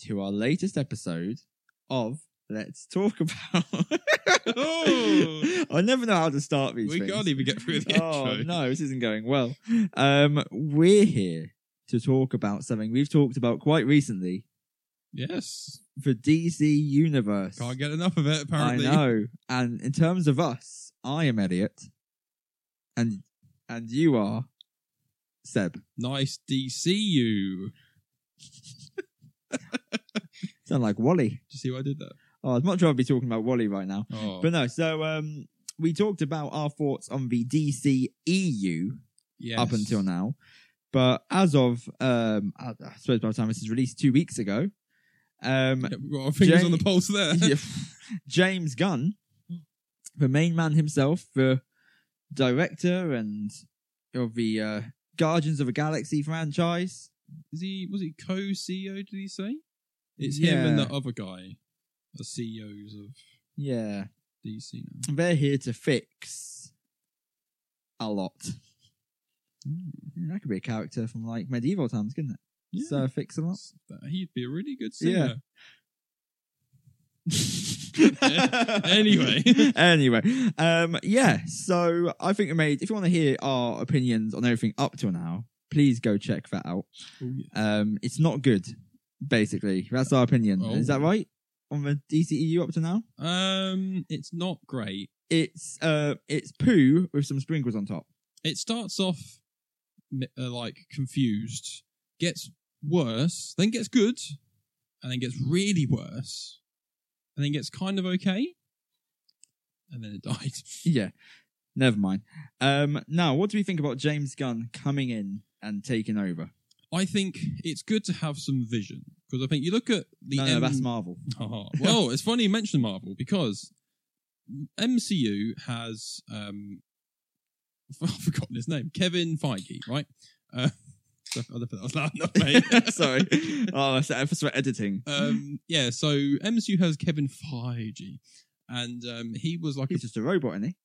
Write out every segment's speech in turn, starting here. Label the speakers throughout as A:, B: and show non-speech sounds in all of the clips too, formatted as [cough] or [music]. A: to our latest episode of Let's Talk About.
B: Oh.
A: [laughs] I never know how to start these
B: we
A: things.
B: can't even get through the
A: oh,
B: intro.
A: no, this isn't going well. Um, we're here to talk about something we've talked about quite recently
B: Yes.
A: the DC Universe.
B: Can't get enough of it,
A: I
B: apparently.
A: know. And in terms of us, I am Elliot, and and you are Seb.
B: Nice DCU.
A: Sound like Wally.
B: Did you see what I did there?
A: Oh, I'd much rather be talking about Wally right now.
B: Oh,
A: But no, so um, we talked about our thoughts on the DC EU
B: yes.
A: up until now. But as of, um, I, I suppose by the time this is released two weeks ago,
B: [laughs]
A: um, [laughs]
B: Yeah, we've got our fingers
A: Jane-
B: on the pulse there.
A: James Gunn, the main man himself, the director and of the uh, Guardians of the Galaxy franchise,
B: Is he, was he co CEO, did he say? It's him and
A: Yeah.
B: that other guy are CEOs of
A: yeah,
B: DC now.
A: they're here to fix a lot. That could be a character from like medieval times, couldn't it?
B: Yeah.
A: So fix a lot.
B: But He'd be a really good
A: Yeah.
B: singer. [laughs] Anyway.
A: anyway, um, yeah. So I think we made. If you want to hear our opinions on everything up till now, please go check that out.
B: Oh, yeah.
A: Um, it's not good. Basically, that's our opinion.
B: Oh.
A: Is that right on the DCEU up to now?
B: Um, It's not great.
A: It's uh, it's poo with some sprinkles on top.
B: it starts off mi- uh, like confused, gets worse, then gets good, and then gets really worse, and then gets kind of okay, and then it [laughs] died.
A: Yeah, never mind. Um, now what do we think about James Gunn coming in and taking over?
B: I think it's good to have some vision because I think you look at the
A: no, no,
B: M-
A: that's Marvel. [laughs]
B: Haha. [laughs] well, it's funny you mentioned Marvel because MCU has um, [laughs] I've forgotten his name, Kevin Feige, right? Uh, [laughs] I don't think that was loud enough, [laughs]
A: [laughs]
B: mate.
A: Sorry. Oh, that's that's for editing.
B: um, yeah, so MSU has Kevin Feige, and um, he was like, a,
A: He's just a robot, isn't he?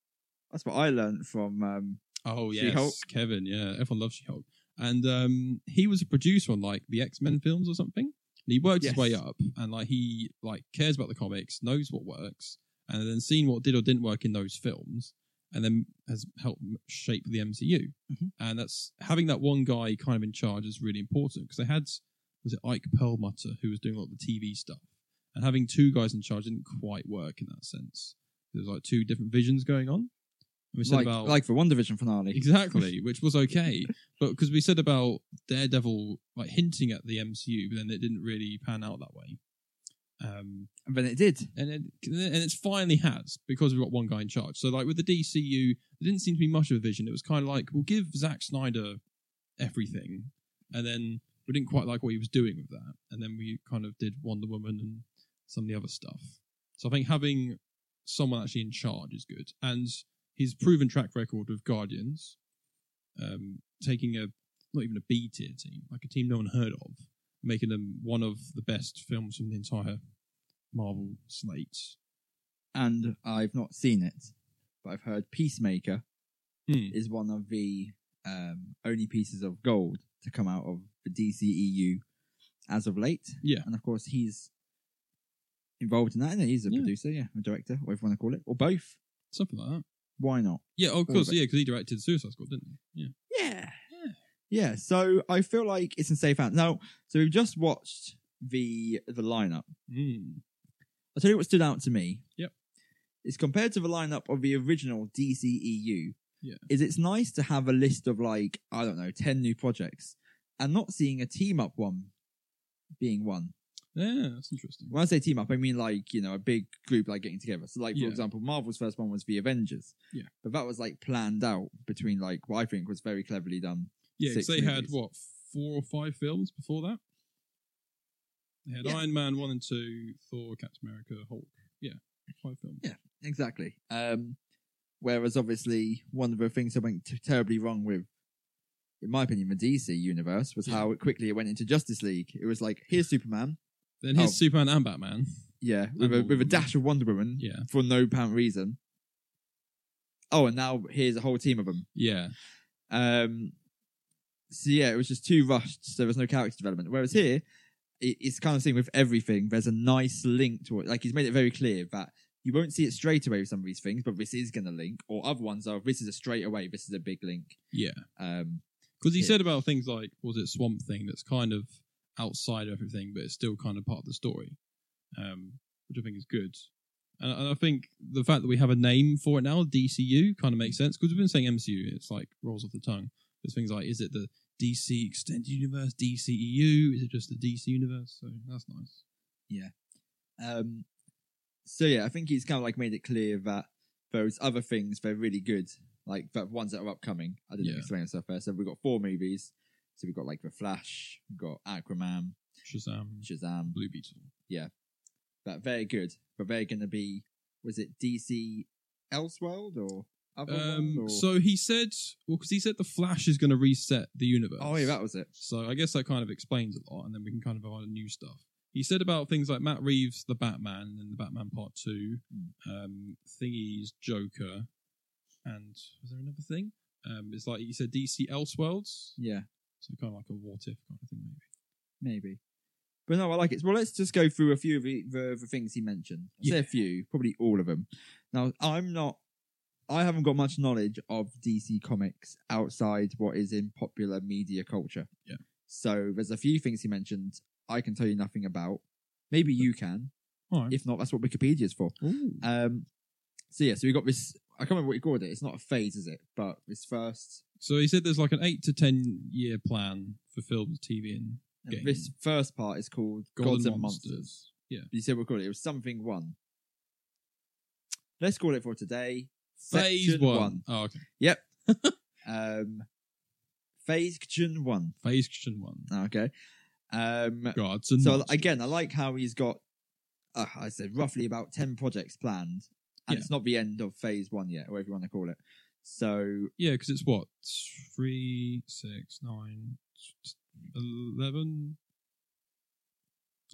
A: That's what I learned from. Um,
B: oh yes,
A: She-Hulk.
B: Kevin, yeah, everyone loves She-Hulk, and um, he was a producer on like the X Men films or something. And he worked
A: Yes.
B: his way up, and like he like cares about the comics, knows what works, and then seen what did or didn't work in those films, and then has helped m- shape the MCU.
A: Mhm.
B: And that's having that one guy kind of in charge is really important because they had was it Ike Perlmutter who was doing a lot of the TV stuff, and having two guys in charge didn't quite work in that sense. There was like two different visions going on. And we said
A: like,
B: about
A: like the Wonder Vision finale.
B: Exactly, which was okay, but because we said about Daredevil like hinting at the MCU, but then it didn't really pan out that way. Um,
A: And then it did.
B: and it, and it's finally has because we've got one guy in charge. So like with the DCU, there didn't seem to be much of a vision. It was kind of like we'll give Zack Snyder everything, and then we didn't quite like what he was doing with that, and then we kind of did Wonder Woman and some of the other stuff. So I think having someone actually in charge is good, and his proven track record with Guardians, um, taking a not even a B tier team, like a team no one heard of, making them one of the best films from the entire Marvel slate.
A: And I've not seen it, but I've heard Peacemaker
B: Hmm.
A: is one of the um, only pieces of gold to come out of the DCEU as of late.
B: Yeah.
A: And of course, he's involved in that, isn't he? He's a
B: Yeah.
A: producer, yeah, a director, whatever you want to call it, or both.
B: Something like that.
A: Why not?
B: Yeah, of
A: Or
B: course.
A: the-
B: Yeah, because he directed Suicide Squad, didn't he? Yeah.
A: Yeah. Yeah. So I feel like it's in safe hands. Now, so we've just watched the the lineup. Hmm.
B: Mm.
A: I'll tell you what stood out to me.
B: Yep.
A: Is compared to the lineup of the original DCEU,
B: Yeah.
A: is it's nice to have a list of like, I don't know, 10 new projects and not seeing a team up one being one.
B: Yeah, that's interesting.
A: When I say team up, I mean like, you know, a big group like getting together. So, like, for
B: Yeah.
A: example, Marvel's first one was the Avengers.
B: Yeah.
A: But that was like planned out between like what I think was very cleverly done.
B: Yeah, 'cause
A: Six
B: they had
A: movies.
B: what four or five films before that. They had
A: Yeah.
B: Iron Man one and two, Thor, Captain America, Hulk. Yeah, five films.
A: Yeah. Exactly. Um, whereas obviously one of the things that went t- terribly wrong with, in my opinion, the DC universe was how it quickly it went into Justice League. It was like here's Superman,
B: Then here's
A: Oh.
B: Superman and Batman. [laughs]
A: yeah, with a,
B: Wonder
A: with a
B: Woman.
A: dash of Wonder Woman
B: Yeah,
A: for no apparent reason. Oh, and now here's a whole team of them.
B: yeah,
A: Um, so yeah, it was just too rushed. So there was no character development. Whereas here, it, it's kind of thing with everything. There's a nice link to it. Like he's made it very clear that you won't see it straight away with some of these things, but this is going to link, or other ones are this is a straight away, this is a big link.
B: Yeah.
A: Um,
B: Because he
A: Yeah.
B: said about things like, was it Swamp Thing that's kind of outside of everything, but it's still kind of part of the story, um, which I think is good. And, and I think the fact that we have a name for it now, DCU, kind of makes sense because we've been saying MCU, it's like rolls off the tongue. There's things like, is it the DC Extended Universe, DCEU? Is it just the DC Universe? So that's nice.
A: um, so yeah, I think he's kind of like made it clear that those other things they're really good, like that ones that are upcoming. I didn't
B: Yeah.
A: explain myself there. So we've got four movies. So we've got like The Flash, we've got Aquaman,
B: Shazam,
A: Shazam,
B: Blue Beetle.
A: that they're good, but they're going to be was it DC Elseworld or other
B: Um,
A: or...
B: so he said, well, because he said the Flash is going to reset the universe.
A: oh yeah, that was it.
B: So I guess that kind of explains a lot, and then we can kind of go on to new stuff. He said about things like Matt Reeves, the Batman, and the Batman Part Two,
A: Hmm.
B: um, Thingy's Joker, and was there another thing? Um, it's like he said DC Elseworlds,
A: Yeah,
B: so kind of like a what if kind of thing, maybe.
A: maybe. But no, I like it. Well, let's just go through a few of the, the, the things he mentioned. I say
B: Yeah.
A: a few, probably all of them. Now, I'm not, I haven't got much knowledge of DC comics outside what is in popular media culture.
B: Yeah.
A: So there's a few things he mentioned I can tell you nothing about. Maybe you can.
B: All right.
A: If not, that's what Wikipedia is for. Um, so yeah, so we got this. I can't remember what you called it. It's not a phase, is it? But this first,
B: so he said there's like an eight to ten year plan for films, TV, and Game.
A: this first part is called
B: Golden
A: Gods and
B: Monsters.
A: Monsters.
B: yeah,
A: You said we'll call it. It was something one. Let's call it for today.
B: phase
A: Section
B: one. Oh, okay,
A: Um, Phase one. Ah,
B: phase one.
A: Okay. Um,
B: Gods and
A: so
B: Monsters.
A: again, I like how he's got. Uh, I said roughly about ten projects planned, and
B: Yeah.
A: it's not the end of phase one yet, or whatever you want to call it. So
B: Yeah, because it's what three, six, nine, t- eleven,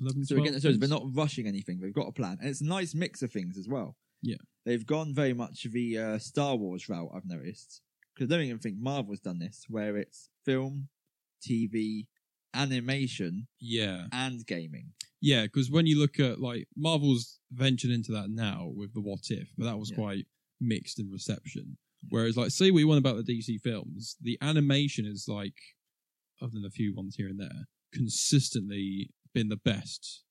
B: eleven.
A: So
B: 12,
A: again, it shows they're
B: things.
A: not rushing anything. They've got a plan, and it's a nice mix of things as well.
B: Yeah.
A: they've gone very much the uh, Star Wars route. I've noticed because I don't even think Marvel's done this, where it's film, TV, animation,
B: Yeah,
A: and gaming.
B: yeah, because when you look at like Marvel's ventured into that now with the What If, but that was
A: Yeah.
B: quite mixed in reception. Whereas, like, say we want about the DC films, the animation is like, other than a few ones here and there, consistently been the best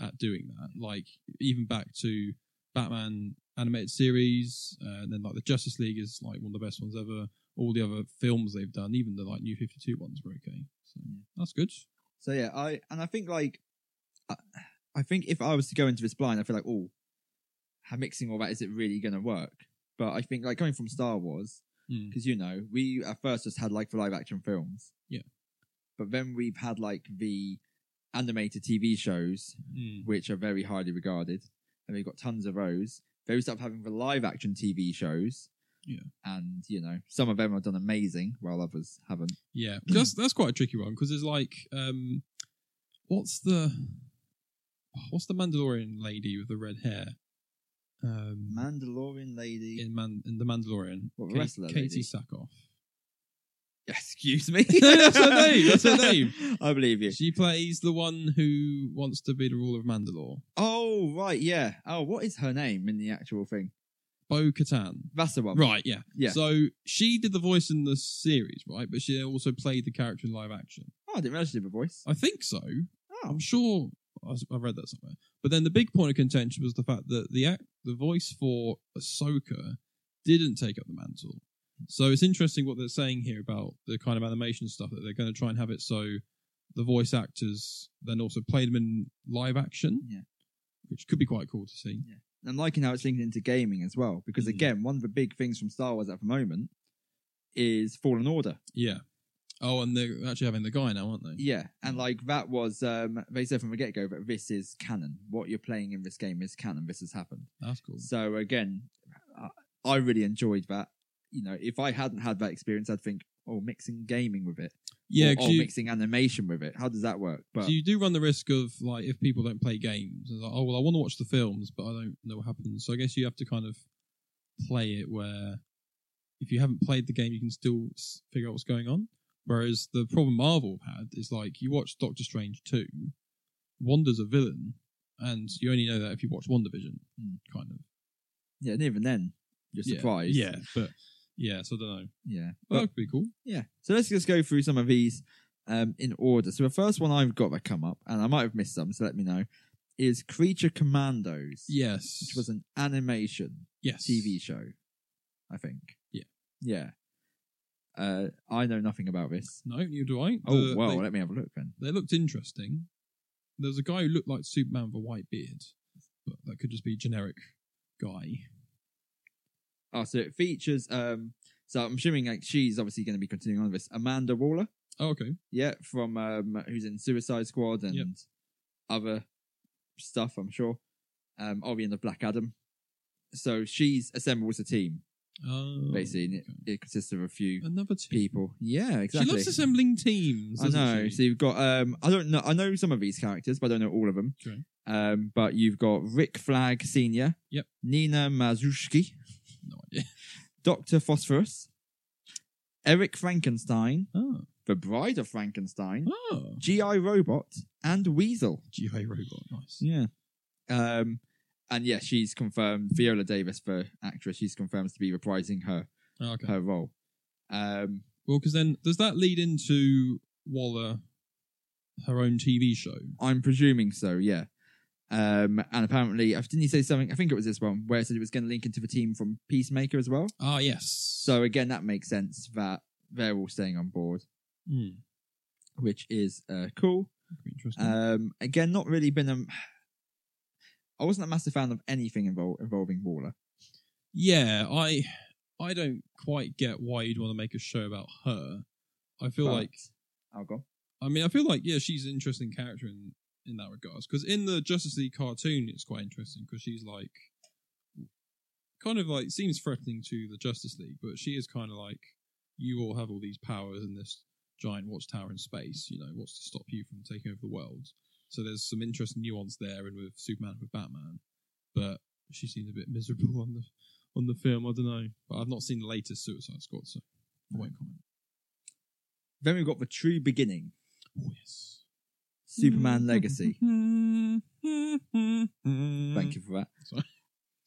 B: at doing that. Like, even back to Batman animated series, uh, and then like the Justice League is like one of the best ones ever. All the other films they've done, even the like New Fifty Two ones, were okay. So
A: Yeah.
B: that's good.
A: So yeah, I and I think like, I, I think if I was to go into this blind, I feel like oh, how mixing all that is it really going to work? But I think like coming from Star Wars,
B: Mm.
A: because you know we at first just had like the live action films,
B: Yeah.
A: but then we've had like the animated TV shows,
B: Mm.
A: which are very highly regarded, and we've got tons of those. Then we start having the live action TV shows,
B: Yeah.
A: and you know some of them have done amazing, while others haven't.
B: Yeah, that's that's quite a tricky one because there's like, um, what's the what's the Mandalorian lady with the red hair? Um,
A: Mandalorian lady,
B: in Man in the Mandalorian,
A: What, the
B: Ka-
A: wrestler
B: Katie
A: lady?
B: Sackhoff.
A: Excuse me. [laughs]
B: That's her name, that's her name.
A: I believe you.
B: She plays the one who wants to be the ruler of Mandalore.
A: Oh right, yeah. Oh, what is her name in the actual thing?
B: Bo Katan.
A: That's the one.
B: Right, yeah.
A: Oh. Yeah.
B: So she did the voice in the series, right? But she also played the character in live action.
A: Oh, I didn't realize she did the voice.
B: I think so.
A: Oh,
B: I'm sure I s- I read that somewhere. But then the big point of contention was the fact that the act, the voice for Ahsoka didn't take up the mantle. So it's interesting what they're saying here about the kind of animation stuff that they're going to try and have it so the voice actors then also play them in live action,
A: Yeah.
B: which could be quite cool to see.
A: I'm liking how it's linked into gaming as well, because
B: Mm.
A: again, one of the big things from Star Wars at the moment is Fallen Order.
B: Yeah. Oh, and they're actually having the guy now, aren't they?
A: Yeah, and like that was um they said from the get go that this is canon. What you're playing in this game is canon. This has happened.
B: That's cool.
A: So again, I- I really enjoyed that. You know, if I hadn't had that experience, I'd think, oh, mixing gaming with it.
B: Yeah,
A: or,
B: 'cause
A: or
B: you,
A: mixing animation with it. How does that work? But
B: so you do run the risk of like if people don't play games, it's like, oh well, I want to watch the films, but I don't know what happens. So I guess you have to kind of play it where if you haven't played the game, you can still s- figure out what's going on. Whereas the problem Marvel have had is like you watch Doctor Strange two, Wanda's a villain, and you only know that if you watch WandaVision,
A: Hmm.
B: kind of.
A: Yeah, and even then, you're
B: Yeah.
A: surprised.
B: Yeah, but yeah, so I don't know.
A: yeah.
B: But
A: But
B: that would be cool.
A: yeah, so let's just go through some of these um, in order. So the first one I've got that come up, and I might have missed some, so let me know, is Creature Commandos,
B: Yes,
A: which was an animation
B: yes
A: TV show, I think.
B: Yeah.
A: yeah. Uh, I know nothing about this.
B: No, neither do I.
A: Oh
B: The-
A: well,
B: they-
A: let me have a look then.
B: they looked interesting. There was a guy who looked like Superman with a white beard, but that could just be generic guy.
A: Oh, so it features. Um, so I'm assuming like she's obviously going to be continuing on with this. Amanda Waller,
B: Oh, okay.
A: yeah, from um, who's in Suicide Squad and
B: Yep.
A: other stuff, I'm sure. Um, obviously in the Black Adam. So she's assembles a team
B: Um,
A: basically, and it, it consists of a few
B: another team.
A: people. Yeah, exactly.
B: She loves assembling teams.
A: I
B: doesn't
A: know.
B: she?
A: So you've got um, I don't know. I know some of these characters, but I don't know all of them.
B: Okay.
A: Um, but you've got Rick Flag Senior.
B: Yep.
A: Nina Mazushki.
B: No idea.
A: Dr. Phosphorus, Eric Frankenstein,
B: Oh,
A: The Bride of Frankenstein,
B: oh.
A: G.I. Robot, and Weasel.
B: GI robot. Nice.
A: Yeah. Um, and yeah, she's confirmed, Viola Davis, the actress, she's confirmed to be reprising her,
B: Oh, okay.
A: her role. Um,
B: Well, because then does that lead into Waller, her own TV show?
A: I'm presuming so, yeah. Um, and apparently, I didn't he say something? I think it was this one where it said it was going to link into the team from Peacemaker as well.
B: Ah, yes.
A: So again, that makes sense that they're all staying on board,
B: Hmm,
A: which is uh, cool.
B: that'd be interesting.
A: Um, again, not really been a. I wasn't a massive fan of anything invol- involving Waller.
B: yeah, I, I don't quite get why you'd want to make a show about her. I feel
A: but-
B: like
A: oh, go on.
B: I mean, I feel like yeah, she's an interesting character in in that regards because in the Justice League cartoon, it's quite interesting because she's like kind of like seems threatening to the Justice League, but she is kind of like you all have all these powers in this giant watchtower in space. You know, what's to stop you from taking over the world? So there's some interesting nuance there, and with Superman with Batman, but she seems a bit miserable [laughs] on the on the film. I don't know, but I've not seen the latest Suicide Squad, so I won't comment.
A: Then we've got the true beginning,
B: Oh yes. Mm-hmm.
A: Superman Legacy. Thank
B: Thank
A: you for that.
B: Mm-hmm. Sorry.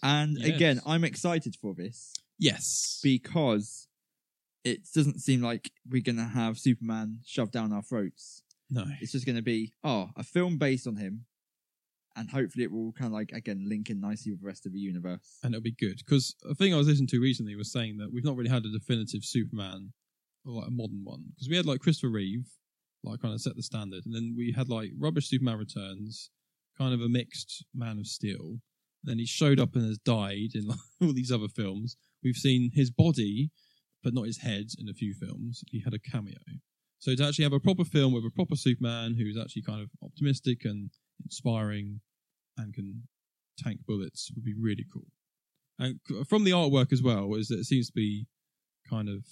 A: And
B: Yes.
A: again, I'm excited for this
B: Yes.
A: because it doesn't seem like we're gonna have Superman shoved down our throats.
B: no.
A: It's just gonna be oh, a film based on him, and hopefully it will kind of like again link in nicely with the rest of the universe.
B: And it'll be good because a thing I was listening to recently was saying that we've not really had a definitive Superman or like a modern one because we had like Christopher Reeve, like kind of set the standard, and then we had like rubbish Superman Returns, kind of a mixed Man of Steel. Then he showed up and has died in like, [laughs] all these other films. We've seen his body, but not his head in a few films. He had a cameo. So to actually have a proper film with a proper Superman who's actually kind of optimistic and inspiring and can tank bullets would be really cool. And c- from the artwork as well, is that it seems to be kind of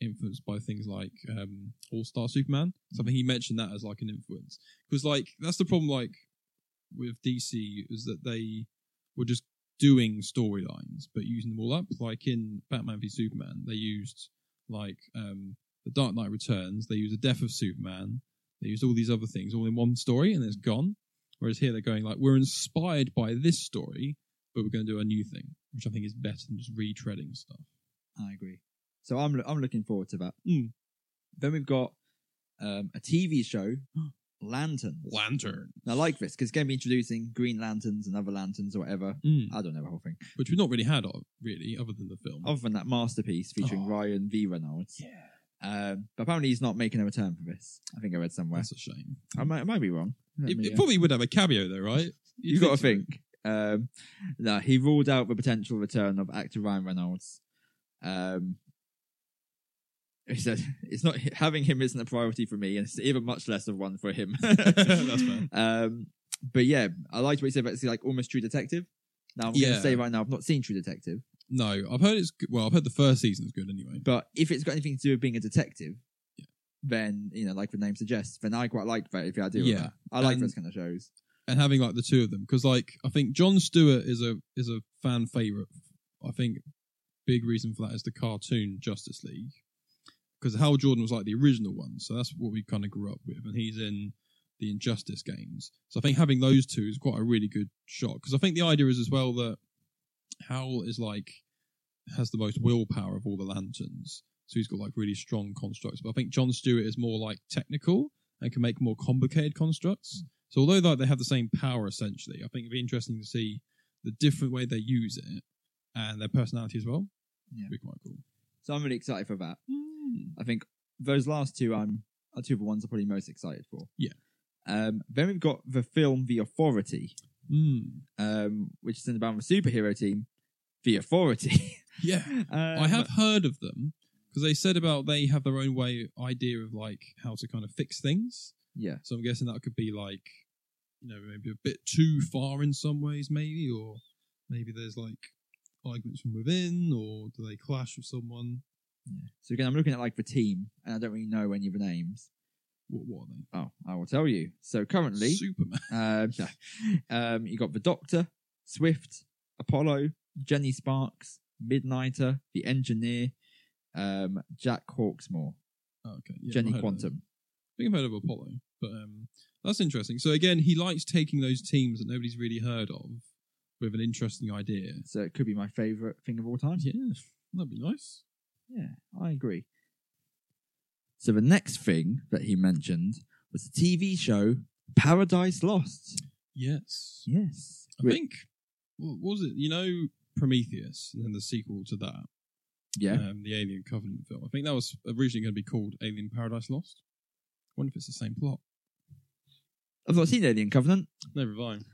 B: influenced by things like um, All Star Superman. So I think he mentioned that as like an influence because like that's the problem like with DC is that they were just doing storylines but using them all up. Like in Batman v Superman, they used like um, the Dark Knight Returns. They used the death of Superman. They used all these other things all in one story, and it's gone. Whereas here they're going like we're inspired by this story, but we're going to do a new thing, which I think is better than just retreading stuff.
A: I agree. So I'm lo- I'm looking forward to that.
B: Mm.
A: Then we've got um, a TV
B: [gasps]
A: show, Lantern.
B: Lantern,
A: And I like this because it's going to be introducing Green Lanterns and other lanterns or whatever.
B: mm.
A: I don't know the whole thing.
B: which we've not really had of really, other than the film.
A: Other than that masterpiece featuring
B: Oh.
A: Ryan V. Reynolds.
B: yeah,
A: Um, but apparently he's not making a return for this. I think I read somewhere.
B: that's a shame.
A: I might, I might be wrong. Let
B: It,
A: me,
B: it
A: uh,
B: probably would have a cameo though, right? You'd
A: you got to
B: so.
A: think. Um, no, he ruled out the potential return of actor Ryan Reynolds. Um, he said, "It's not having him isn't a priority for me, and it's even much less of one for him."
B: [laughs] That's fair.
A: Um, but yeah, I liked what he said about it's like almost True Detective. Now I'm going
B: Yeah.
A: to say right now I've not seen True Detective,
B: No, I've heard it's good. well. I've heard the first season's good anyway.
A: but if it's got anything to do with being a detective, then you know, like the name suggests, then I quite like that. If I do,
B: Yeah.
A: yeah, I like
B: And-
A: those kind of shows.
B: and having like the two of them because like I think John Stewart is a is a fan favorite. I think big reason for that is the cartoon Justice League because Hal Jordan was like the original one, so that's what we kind of grew up with, and he's in the Injustice games. So I think having those two is quite a really good shot because I think the idea is as well that Howl is like has the most willpower of all the lanterns, so he's got like really strong constructs. But I think John Stewart is more like technical and can make more complicated constructs. So although like they have the same power essentially, I think it'd be interesting to see the different way they use it and their personality as well.
A: Yeah. Hmm.
B: It'd be quite cool.
A: So I'm really excited for that. I think those last two I'm are two of the ones I'm probably most excited for.
B: Yeah.
A: Um, then we've got the film The Authority,
B: Mm.
A: um, which is in about the superhero team, The Authority. [laughs]
B: Yeah.
A: um,
B: I have heard of them because they said about they have their own way idea of like how to kind of fix things.
A: Yeah.
B: So I'm guessing that could be like, you know, maybe a bit too far in some ways, maybe, or maybe there's like arguments from within, or do they clash with someone?
A: So again, I'm looking at like the team, and I don't really know any of the names.
B: What, what are
A: Oh, I will tell you. So
B: they?
A: currently,
B: Superman. [laughs]
A: um, [laughs] no. um, you got the Doctor, Swift, Apollo, Jenny Sparks, Midnighter, the Engineer, um, Jack Hawksmore,
B: Oh, okay. Yeah, I
A: Jenny
B: heard of them.
A: Quantum.
B: I think I've heard of Apollo, but um, that's interesting. So again, he likes taking those teams that nobody's really heard of with an interesting idea.
A: So it could be my favorite thing of all time.
B: Yeah, that'd be nice.
A: Yeah, I agree. So the next thing that he mentioned was the TV show Paradise Lost.
B: Yes.
A: Yes.
B: I think what was it? You know, Prometheus, and then the sequel to that,
A: yeah.
B: um, the Alien Covenant film. I think that was originally going to be called Alien Paradise Lost. wonder if it's the same plot.
A: I've not seen Alien Covenant.
B: Never mind.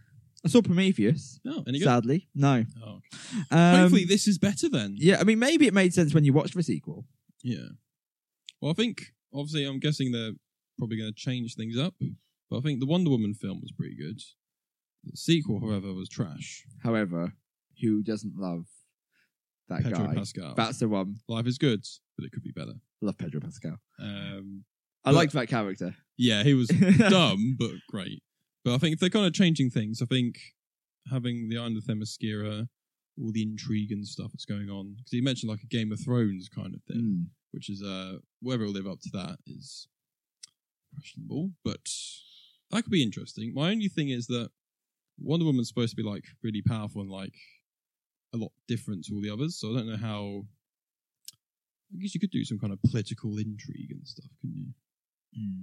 A: I saw Prometheus.
B: No, any good?
A: Sadly, no.
B: Oh, okay.
A: Um,
B: Hopefully, this is better then.
A: yeah. I mean, maybe it made sense when you watched the sequel.
B: Yeah. Well, I think obviously I'm guessing they're probably going to change things up, but I think the Wonder Woman film was pretty good. The sequel, however, was trash.
A: However, who doesn't love that
B: Pedro
A: guy?
B: Pascal.
A: That's the one.
B: Life is good, but it could be better.
A: Love Pedro Pascal.
B: Um,
A: I
B: But-
A: liked that
B: [laughs]
A: character.
B: yeah,
A: [laughs]
B: he was dumb but great. But I think if they're kind of changing things, I think having the Island of Themyscira, all the intrigue and stuff that's going on, because he mentioned like a Game of Thrones kind of thing.
A: Mm.
B: which is uh whether it'll live up to that is questionable, but that could be interesting. My only thing is that Wonder Woman's supposed to be like really powerful and like a lot different to all the others, so I don't know how. I guess you could do some kind of political intrigue and stuff, couldn't you?
A: Mm.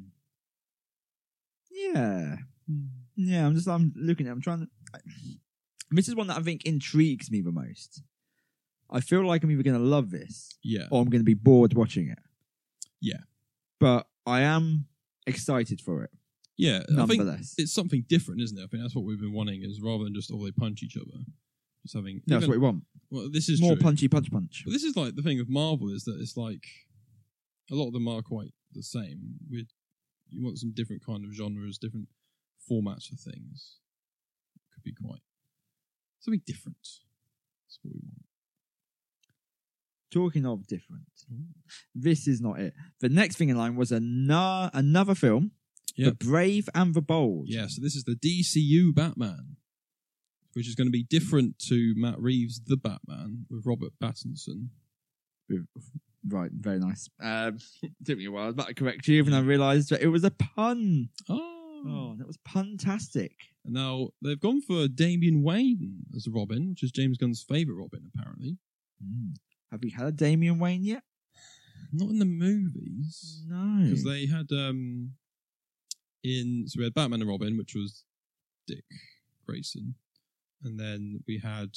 A: Yeah. Hmm. Yeah, I'm just I'm looking at I'm trying to This is one that I think intrigues me the most. I feel like I'm either gonna love this
B: Yeah,
A: or I'm gonna be bored watching it.
B: Yeah.
A: But I am excited for it,
B: yeah. I think
A: nonetheless.
B: it's something different, isn't it? I think that's what we've been wanting is rather than just all they punch each other, just having.
A: No, that's
B: even-
A: what we want.
B: well, this is
A: More
B: true.
A: punchy punch punch.
B: But this is like the thing of Marvel is that it's like a lot of them are quite the same. With you want some different kind of genres, different formats for things. Could be quite something different. That's what we want.
A: Talking of different. This is not it. The next thing in line was another another film. The
B: Yep.
A: Brave and the Bold.
B: Yeah, so this is the DCU Batman, which is going to be different to Matt Reeves' The Batman with Robert Pattinson.
A: Right, very nice. Um, [laughs] took me a while. I was about to correct you, and I realised that it was a pun. Oh, that was puntastic.
B: Now they've gone for Damian Wayne as Robin, which is James Gunn's favorite Robin, apparently.
A: Hmm. Have we had a Damian Wayne yet?
B: Not in the movies.
A: No.
B: because they had um in so we had Batman and Robin, which was Dick Grayson, and then we had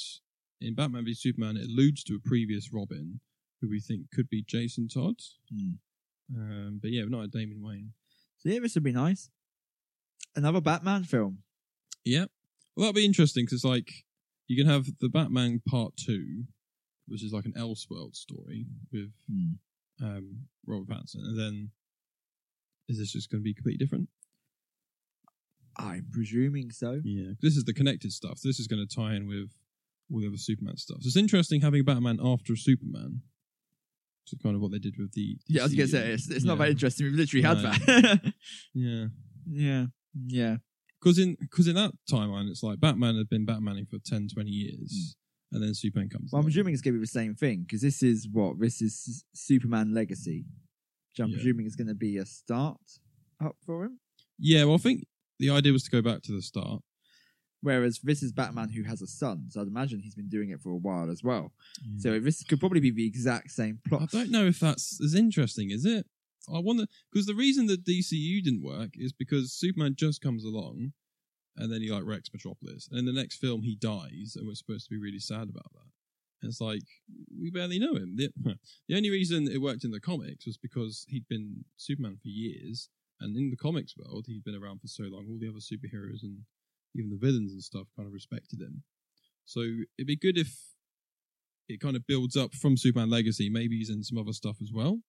B: in Batman v Superman it alludes to a previous Robin who we think could be Jason Todd,
A: Hmm.
B: um, but yeah, we've not had Damon Wayne.
A: So yeah, this would be nice. Another Batman film.
B: Yeah, well that'll be interesting because like you can have the Batman Part Two, which is like an Elseworld story with um, Robert Pattinson, and then is this just going to be completely different?
A: I'm presuming so.
B: Yeah, this is the connected stuff. This is going to tie in with all the other Superman stuff. So it's interesting having Batman after Superman. So kind of what they did with the.
A: Yeah, I was gonna say
B: DCU.
A: it's, it's not
B: yeah.
A: that interesting. We've literally had
B: No.
A: that. [laughs]
B: Yeah,
A: yeah, yeah,
B: because in because in that timeline, it's like Batman had been Batmaning for 10, 20 years, and then Superman comes.
A: Hmm. Well, I'm
B: along.
A: presuming it's going to be the same thing because this is what this is S- Superman Legacy, which I'm
B: Yeah.
A: presuming is going to be a start up for him.
B: Yeah, well, I think the idea was to go back to the start.
A: Whereas this is Batman who has a son, so I'd imagine he's been doing it for a while as well. So this could probably be the exact same
B: Hmm. I
A: plot.
B: don't know if that's as interesting, is it? I wonder because the reason the DCU didn't work is because Superman just comes along, and then he like wrecks Metropolis, and in the next film he dies, and we're supposed to be really sad about that. And it's like we barely know him. The, [laughs] the only reason it worked in the comics was because he'd been Superman for years, and in the comics world he'd been around for so long, all the other superheroes and even the villains and stuff kind of respected him. So it'd be good if it kind of builds up from Superman Legacy. Maybe he's in some other stuff as well.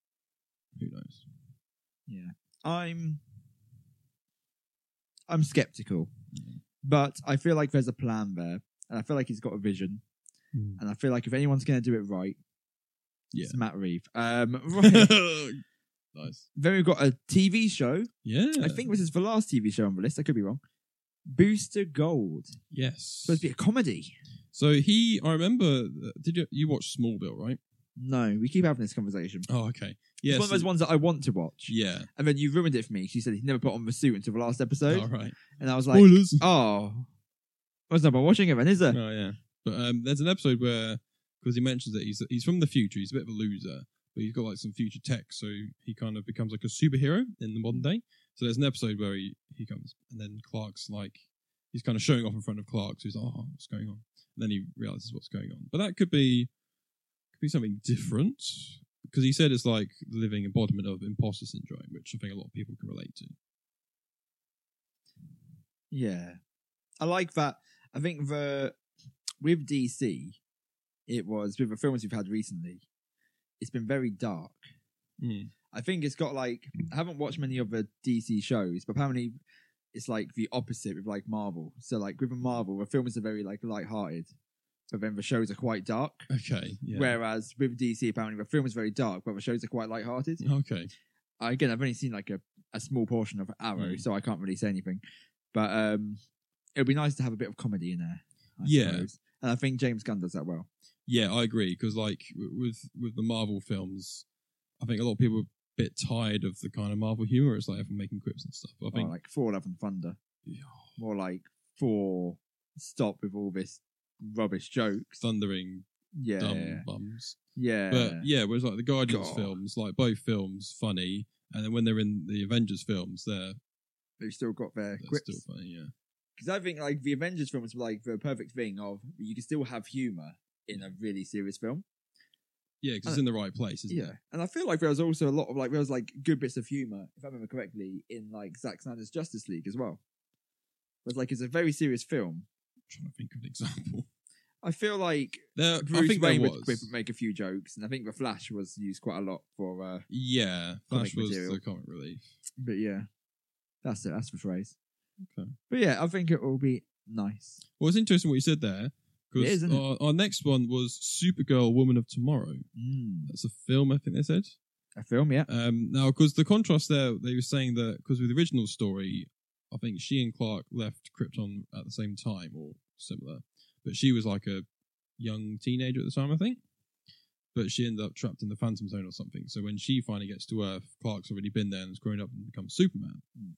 B: Who knows?
A: [laughs] Yeah, I'm, I'm skeptical, but I feel like there's a plan there, and I feel like he's got a vision,
B: Hmm.
A: and I feel like if anyone's going to do it right, it's Matt Reeve. Um, [laughs] right.
B: nice.
A: then we've got a TV show.
B: Yeah.
A: I think this is the last TV show on the list. I could be wrong. Booster Gold
B: yes.
A: supposed to be a comedy.
B: So he, I remember. uh, Did you you watch Smallville, right?
A: No, we keep having this conversation.
B: Oh, okay.
A: It's
B: Yes.
A: one of those ones that I want to watch,
B: yeah.
A: and then you ruined it for me. She said he never put on the suit until the last episode,
B: All right.
A: and I was like,
B: Spoilers.
A: Oh. There's no point watching it then, is there?
B: Oh yeah, but um, there's an episode where because he mentions that he's he's from the future. He's a bit of a loser, but he's got like some future tech, so he kind of becomes like a superhero in the modern day. So there's an episode where he he comes, and then Clark's like he's kind of showing off in front of Clark, so he's like, oh, what's going on? And then he realizes what's going on. But that could be could be something different because he said it's like the living embodiment of imposter syndrome, which I think a lot of people can relate to.
A: Yeah. I like that. I think the with DC, it was with the films we've had recently, it's been very dark.
B: Mm.
A: I think it's got like I haven't watched many of the DC shows, but apparently it's like the opposite with like Marvel. So like with Marvel, the films are very like light-hearted, but then the shows are quite dark.
B: Okay. Yeah.
A: Whereas with DC, apparently the film is very dark, but the shows are quite light-hearted.
B: Okay.
A: again, I've only seen like a, a small portion of Arrow,
B: Mm.
A: so I can't really say anything. But um, it would be nice to have a bit of comedy in there. I
B: Yeah.
A: suppose. and I think James Gunn does that well.
B: Yeah, I agree. Because like w- with with the Marvel films, I think a lot of people are a bit tired of the kind of Marvel humor. It's like everyone making quips and stuff. I
A: Or
B: think
A: Oh, like Thor: Love and Thunder,
B: Yeah.
A: more like Thor. Stop with all this rubbish jokes.
B: thundering
A: Yeah,
B: dumb bums.
A: yeah,
B: But yeah, whereas like the Guardians
A: God.
B: films, like both films, funny, and then when they're in the Avengers films, they're,
A: they've still got their
B: they're
A: grips.
B: still funny. Yeah,
A: Because I think like the Avengers films were like the perfect thing of you can still have humor in a really serious film.
B: yeah, because it's in the right place, isn't
A: Uh, Yeah, and I feel like there was also a lot of like there was like good bits of humor, if I remember correctly, in like Zack Snyder's Justice League as well. But like it's a very serious film.
B: I'm trying to think of an example.
A: [laughs] I feel like
B: There,
A: Bruce
B: I think
A: Wayne
B: there
A: would
B: was.
A: quip- make a few jokes, and I think the Flash was used quite a lot for. uh
B: yeah, Flash
A: comic
B: was
A: material.
B: the comic relief.
A: But yeah, that's it. That's the phrase.
B: Okay.
A: But yeah, I think it will be nice.
B: Well, it's interesting what you said there
A: It is,
B: because
A: isn't it?
B: our, our next one was Supergirl, Woman of Tomorrow.
A: Mm.
B: That's a film, I think they said.
A: A film, yeah.
B: Um, now, because the contrast there, they were saying that because with the original story, I think she and Clark left Krypton at the same time or similar, but she was like a young teenager at the time, I think. But she ended up trapped in the Phantom Zone or something. So when she finally gets to Earth, Clark's already been there and has grown up and become Superman.
A: Hmm.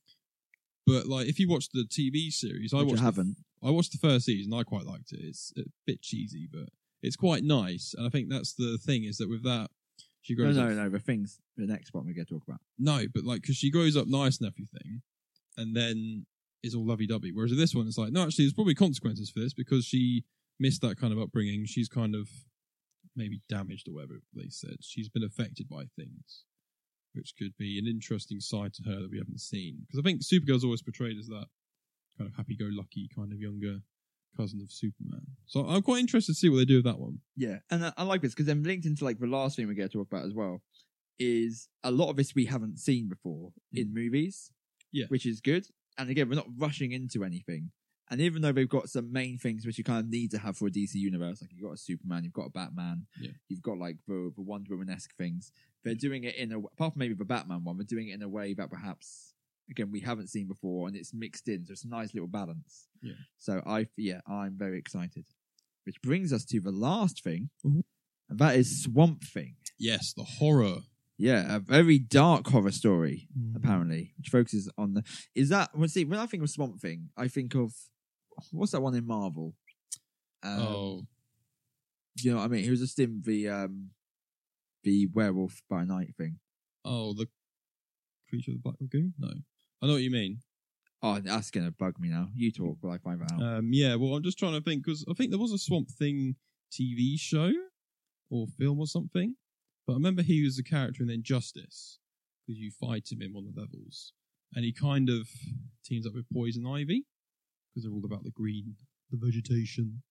B: But like, if you watch the TV series, I
A: Which
B: watched
A: I
B: the
A: haven't.
B: I watched the first season. I quite liked it. It's a bit cheesy, but it's quite nice. And I think that's the thing is that with that, she
A: No,
B: grows
A: no,
B: up.
A: no. The things. The next one we're going to talk about.
B: No. but like because she grows up nice and everything, and then it's all lovey dovey. Whereas in this one, it's like no, actually, there's probably consequences for this because she missed that kind of upbringing. She's kind of maybe damaged or whatever they said. She's been affected by things, which could be an interesting side to her that we haven't seen. Because I think Supergirl's always portrayed as that kind of happy-go-lucky kind of younger cousin of Superman. So I'm quite interested to see what they do with that one.
A: Yeah, and I, I like this because then linked into like the last thing we're going to talk about as well is a lot of this we haven't seen before in movies.
B: Hmm. Yeah.
A: which is good. And again, we're not rushing into anything. And even though they've got some main things which you kind of need to have for a DC universe, like you've got a Superman, you've got a Batman,
B: Yeah.
A: you've got like the, the Wonder Woman esque things. They're doing it in a apart from maybe the Batman one, they're doing it in a way that perhaps again we haven't seen before, and it's mixed in, so it's a nice little balance.
B: Yeah.
A: So I yeah I'm very excited, which brings us to the last thing,
B: Mhm.
A: and that is Swamp Thing.
B: Yes, the horror
A: Yeah, a very dark horror story
B: Mm.
A: apparently, which focuses on the. Is that well? See, when I think of Swamp Thing, I think of what's that one in Marvel? Um,
B: oh,
A: do you know what I mean? He was just in the um, the werewolf by night thing.
B: oh, the creature of the black lagoon. No, I know what you mean.
A: Oh, that's gonna bug me now. You talk while I find that out.
B: Um, yeah, well, I'm just trying to think because I think there was a Swamp Thing TV show or film or something, but I remember he was a character in the Injustice because you fight him in one of the levels, and he kind of teams up with Poison Ivy because they're all about the green, the vegetation.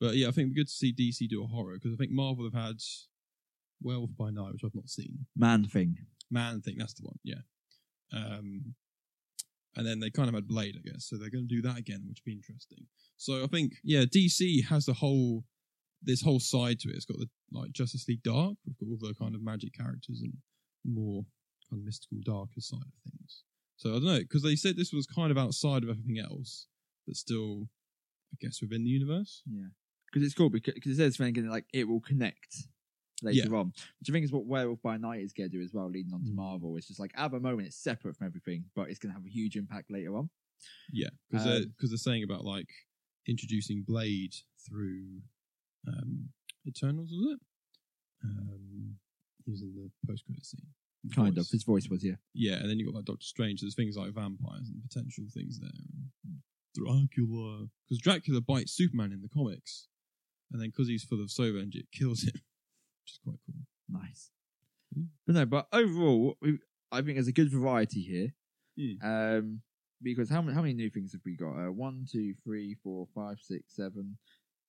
B: But yeah, I think it'd be good to see DC do a horror because I think Marvel have had Werewolf by Night, which I've not seen.
A: Man Thing.
B: Man thing. That's the one. Yeah. Um, and then they kind of had Blade, I guess. So they're going to do that again, which would be interesting. So I think, yeah, DC has the whole this whole side to it. It's got the like Justice League Dark. We've got all the kind of magic characters and more kind of mystical, darker side of things. So I don't know because they said this was kind of outside of everything else, but still, I guess, within the universe.
A: Yeah, because it's cool because cause it says something like it will connect later on, which I think is what Werewolf by Night is gonna do as well, leading on to
B: Mm.
A: Marvel. It's just like at the moment it's separate from everything, but it's gonna have a huge impact later on.
B: Yeah, because they're,
A: Um,
B: 'cause they're saying about like introducing Blade through um, Eternals, was it? Um, he was in the post credit scene. The
A: Kind
B: voice.
A: of. His voice was yeah.
B: Yeah, and then you got like Doctor Strange. There's things like vampires and potential things there. And Dracula, because Dracula bites Superman in the comics, and then because he's full of soul energy, it kills him, [laughs] which is quite cool.
A: Nice.
B: Mm.
A: But no, but overall, we, I think there's a good variety here.
B: Mm.
A: Um, because how many how many new things have we got? Uh, one, two, three, four, five, six, seven,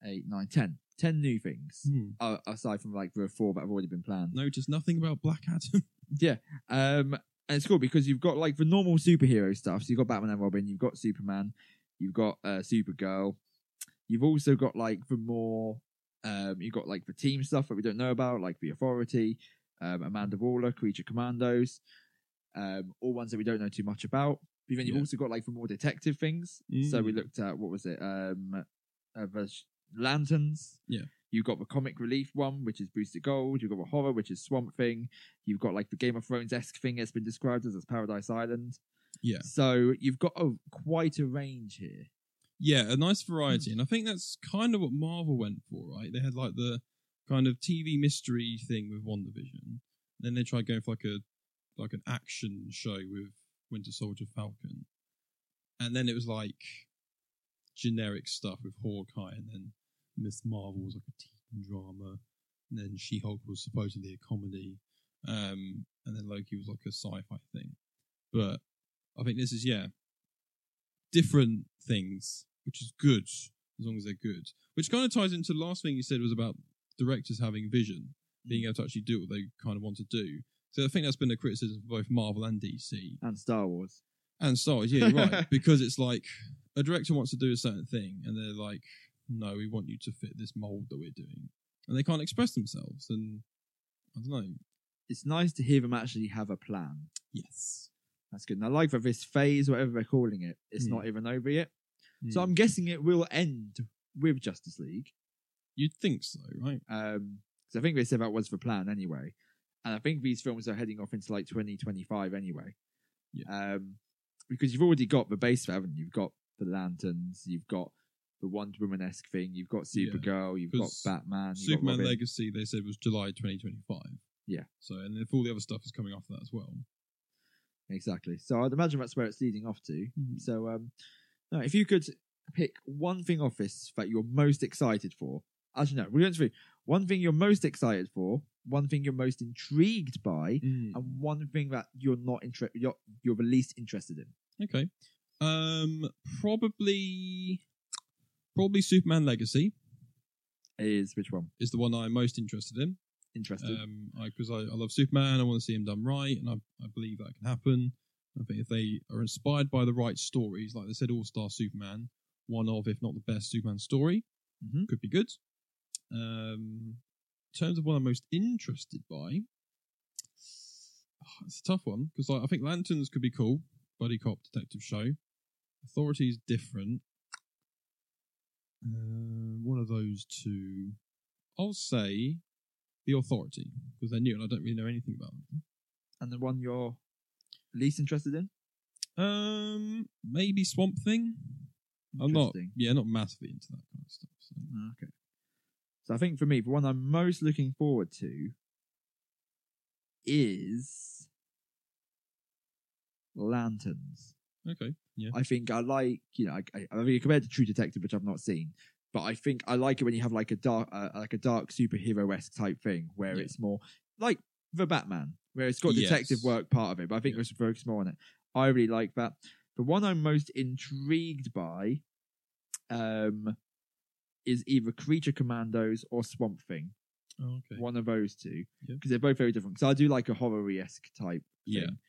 A: eight, nine, ten. Ten new things.
B: Mm.
A: Uh, aside from like the four that have already been planned.
B: Notice Hmm. nothing about Black Adam.
A: Yeah. Um, and it's cool because you've got like the normal superhero stuff. So you've got Batman and Robin, you've got Superman, you've got uh, Supergirl. You've also got like the more, um, you've got like the team stuff that we don't know about, like the Authority, um, Amanda Waller, Creature Commandos, um, all ones that we don't know too much about. But then you've
B: Yeah.
A: also got like the more detective things. So we
B: Mm.
A: looked at what was it? Um, uh, the sh- lanterns.
B: Yeah.
A: You've got the comic relief one, which is Booster Gold. You've got the horror, which is Swamp Thing. You've got like the Game of Thrones esque thing that's been described as, as Paradise Island.
B: yeah.
A: So you've got a, quite a range here.
B: Yeah, a nice variety. And I think that's kind of what Marvel went for, right? They had like the kind of TV mystery thing with WandaVision. Then they tried going for like a like an action show with Winter Soldier Falcon. And then it was like generic stuff with Hawkeye and then Miss Marvel was like a teen drama. And then She Hulk was supposedly a comedy. Um, and then Loki was like a sci fi thing. But I think this is, yeah, different things, which is good as long as they're good. Which kind of ties into the last thing you said was about directors having vision, being
A: Mm.
B: able to actually do what they kind of want to do. So I think that's been a criticism for both Marvel and DC
A: And Star Wars.
B: and Star Wars. Yeah, you're
A: [laughs]
B: right, because it's like a director wants to do a certain thing, and they're like, "No, we want you to fit this mold that we're doing," and they can't express themselves. And I don't know.
A: It's nice to hear them actually have a plan.
B: Yes.
A: That's good. And I like that this phase, whatever they're calling it, it's
B: Hmm.
A: not even over yet. So
B: Mm.
A: I'm guessing it will end with Justice League.
B: You'd think so, right?
A: Um, because I think they said that was the plan anyway, and I think these films are heading off into like 2025 anyway. Um, because you've already got the base, haven't you? You've got the lanterns, you've got the Wonder Woman esque thing, you've got
B: Yeah.
A: Supergirl, you've got
B: 'Cause
A: Batman, you've
B: Superman
A: got Robin.
B: Legacy, they said was July 2025.
A: Yeah.
B: So, and if all the other stuff is coming after that as well.
A: exactly. So I'd imagine that's where it's leading off to. So, um, no, if you could pick one thing off this that you're most excited for, actually, no, we're going through one thing you're most excited for, one thing you're most intrigued by,
B: Hmm.
A: and one thing that you're not interested, you're you're the least interested in.
B: Okay. Um, probably, probably Superman Legacy
A: Is which one
B: is the one I'm most interested in.
A: interested?
B: Um, because I, I love Superman, I want to see him done right, and I, I believe that can happen. I think if they are inspired by the right stories, like they said, All Star Superman, one of if not the best Superman story,
A: Mhm.
B: could be good. Um, in terms of what I'm most interested by, ah, it's a tough one because I think Lanterns could be cool, buddy cop detective show. Authority is different. Uh, one of those two, I'll say The Authority because they're new and I don't really know anything about them.
A: And the one you're least interested in?
B: Um, maybe Swamp Thing. I'm not.
A: Interesting.
B: Yeah, not massively into that kind of stuff. So.
A: Ah, Okay. So I think for me, the one I'm most looking forward to is Lanterns.
B: Okay. Yeah.
A: I think I like, you know, I, I, I mean, compared to True Detective, which I've not seen, but I think I like it when you have like a dark, uh, like a dark superhero esque type thing where
B: Yeah.
A: it's more like the Batman, where it's got
B: Yes.
A: detective work part of it. But I think
B: Yeah.
A: we should focus more on it. I really like that. The one I'm most intrigued by, um, is either Creature Commandos or Swamp Thing.
B: Oh, okay.
A: One of those two,
B: Yeah.
A: because they're both very different. Because I do like a horror esque type
B: Yeah.
A: thing.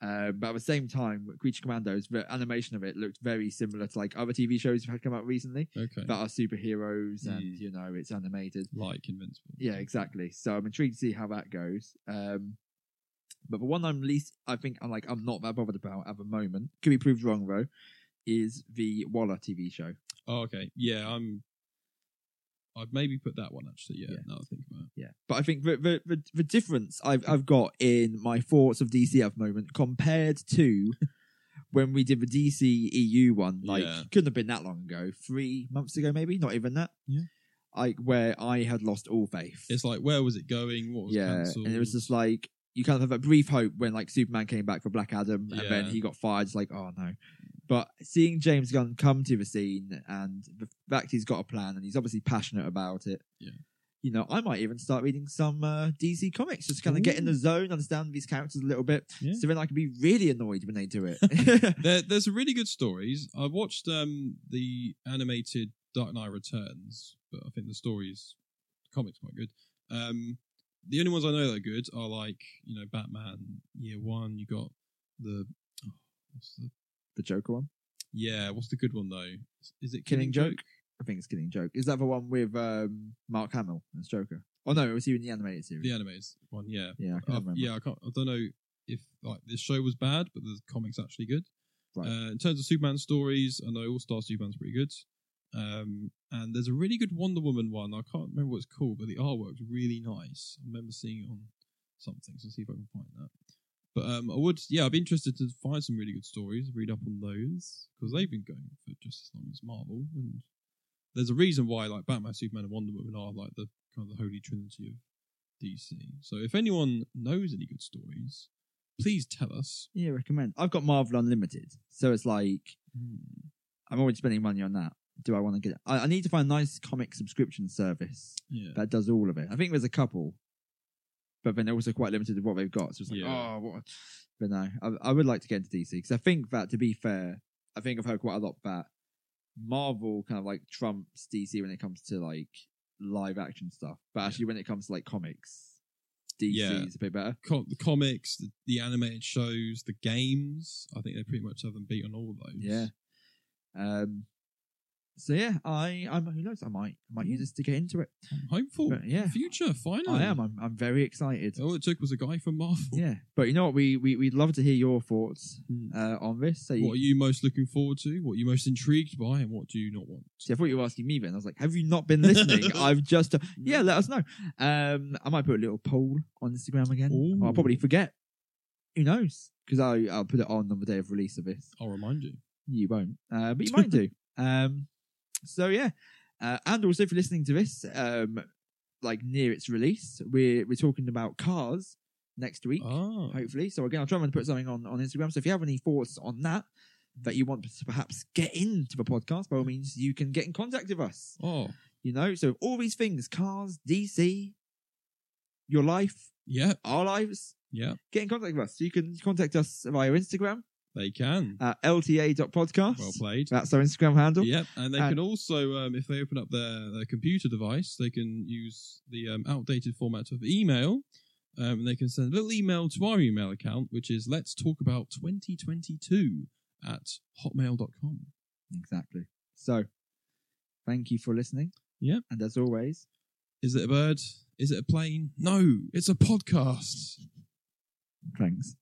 A: Uh, but at the same time, Creature Commandos, the animation of it looked very similar to like other TV shows that have come out recently
B: Okay.
A: that are superheroes
B: Mm.
A: and you know it's animated.
B: like Invincible.
A: Yeah, exactly. So I'm intrigued to see how that goes. Um, but the one I'm least, I think I'm like I'm not that bothered about at the moment. Could be proved wrong though. Is the Waller TV show?
B: Oh, okay. Yeah, I'm. I'd maybe put that one actually. Yeah. Now that I think about it.
A: Yeah, but I think the the, the, the difference I've I've got in my thoughts of DC at the moment compared
B: [laughs]
A: to when we did the DC EU one, like
B: Yeah.
A: couldn't have been that long ago, three months ago maybe, not even that.
B: Yeah.
A: like where I had lost all faith.
B: It's like where was it going? What was
A: yeah,
B: cancelled?
A: and it was just like you kind of have a brief hope when like Superman came back for Black Adam, and then
B: Yeah.
A: he got fired. It's like, oh no. But seeing James Gunn come to the scene and the fact he's got a plan and he's obviously passionate about it,
B: Yeah.
A: you know, I might even start reading some uh, DC comics just kind of get in the zone, understand these characters a little bit,
B: Yeah.
A: so then I can be really annoyed when they do
B: [laughs]
A: it. [laughs]
B: there, there's some really good stories. I watched um the animated Dark Knight Returns, but I think the stories, the comics, quite good. Um, the only ones I know that are good are like you know Batman Year One. You got the oh, what's the
A: the Joker one,
B: yeah what's the good one though? Is it
A: Killing Joke. I think it's Killing Joke. Is that the one with um, Mark Hamill as Joker? Oh no, it was even the animated series.
B: The animated one, yeah.
A: Yeah, I can't
B: Uh,
A: remember.
B: yeah, I can't. I don't know if like this show was bad, but the comics actually good.
A: Right.
B: Uh, in terms of Superman stories, I know All Star Superman's pretty good. Um, and there's a really good Wonder Woman one. I can't remember what it's called, but the artwork's really nice. I remember seeing it on something, so see if I can find that. But um, I would, yeah, I'd be interested to find some really good stories, read up on those because they've been going for just as long as Marvel. And there's a reason why, like Batman, Superman, and Wonder Woman are like the kind of the holy trinity of DC. So if anyone knows any good stories, please tell us.
A: Yeah, recommend. I've got Marvel Unlimited, so it's like Hmm. I'm already spending money on that. Do I want to get it? I, I need to find a nice comic subscription service
B: Yeah,
A: that does all of it. I think there's a couple, but then they're also quite limited to what they've got. So it's like,
B: Yeah.
A: oh, what? But no, I, I would like to get into DC because I think that, to be fair, I think I've heard quite a lot that Marvel kind of like trumps DC when it comes to like live action stuff, but actually when it comes to like comics, DC
B: Yeah.
A: is a bit better.
B: Co- the comics, the, the animated shows, the games. I think they pretty much have them beat on all those.
A: Yeah. Um. So yeah, I I'm who knows I might I might use this to get into it.
B: I'm hopeful.
A: But yeah,
B: Future, finally.
A: I am. I'm I'm very excited.
B: All it took was a guy from Marvel.
A: Yeah, but you know what? We we we'd love to hear your thoughts
B: Hmm.
A: uh, on this. So
B: What are
A: you,
B: you most looking forward to? What are you most intrigued by? And what do you not want?
A: see, I thought you were asking me then. I was like, have you not been
B: [laughs]
A: listening? I've just yeah. Let us know. Um, I might put a little poll on Instagram again.
B: Ooh.
A: I'll probably forget. Who knows? Because I I'll put it on on the day of release of this.
B: I'll remind you.
A: You won't, uh, but you
B: [laughs]
A: might do. Um, so yeah, uh, and also for listening to this, um, like near its release, we're we're talking about cars next week,
B: Ah,
A: hopefully. So again, I'll try and put something on on Instagram. So if you have any thoughts on that that you want to perhaps get into the podcast, by all means, you can get in contact with us.
B: oh,
A: You know, so all these things, cars, DC, your life,
B: yeah,
A: our lives.
B: yeah,
A: Get in contact with us. So you can contact us via Instagram
B: they can.
A: at lta.podcast.
B: well played.
A: That's our Instagram handle.
B: Yep, and they
A: And-
B: can also, um, if they open up their, their computer device, they can use the um, outdated format of email, um, and they can send a little email to our email account, which is let's talk about 2022 at hotmail.com.
A: Exactly. So, thank you for listening.
B: Yep.
A: And as always,
B: Is it a bird? Is it a plane? No, it's a podcast.
A: thanks.